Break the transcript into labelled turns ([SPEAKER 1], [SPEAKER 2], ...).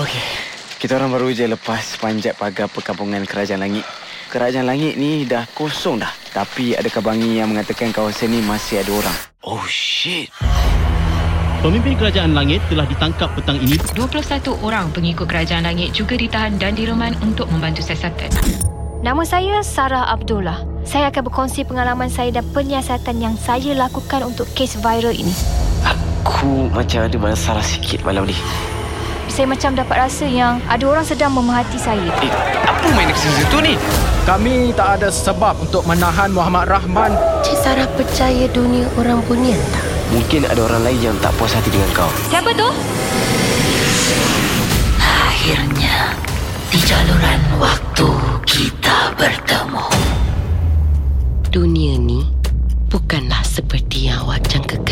[SPEAKER 1] Okey. Kita orang baru je lepas panjat pagar perkampungan Kerajaan Langit. Kerajaan Langit ni dah kosong dah. Tapi ada kabangi yang mengatakan kawasan ni masih ada orang. Oh shit.
[SPEAKER 2] Pemimpin Kerajaan Langit telah ditangkap petang ini
[SPEAKER 3] 21 orang pengikut Kerajaan Langit juga ditahan dan direman untuk membantu siasatan.
[SPEAKER 4] Nama saya Sarah Abdullah. Lah, Saya akan berkongsi pengalaman saya dan penyiasatan yang saya lakukan untuk kes viral ini.
[SPEAKER 1] Aku macam ada masalah sikit malam ni.
[SPEAKER 4] Saya macam dapat rasa yang ada orang sedang memerhati saya.
[SPEAKER 1] Eh, apa main dekat situ ni?
[SPEAKER 5] Kami tak ada sebab untuk menahan Muhammad Rahman.
[SPEAKER 6] Cik Sarah percaya dunia orang bunian tak?
[SPEAKER 1] Mungkin ada orang lain yang tak puas hati dengan kau.
[SPEAKER 4] Siapa tu?
[SPEAKER 6] Akhirnya, di jaluran waktu kita bertemu. Dunia ni bukanlah seperti yang awak jangkakan.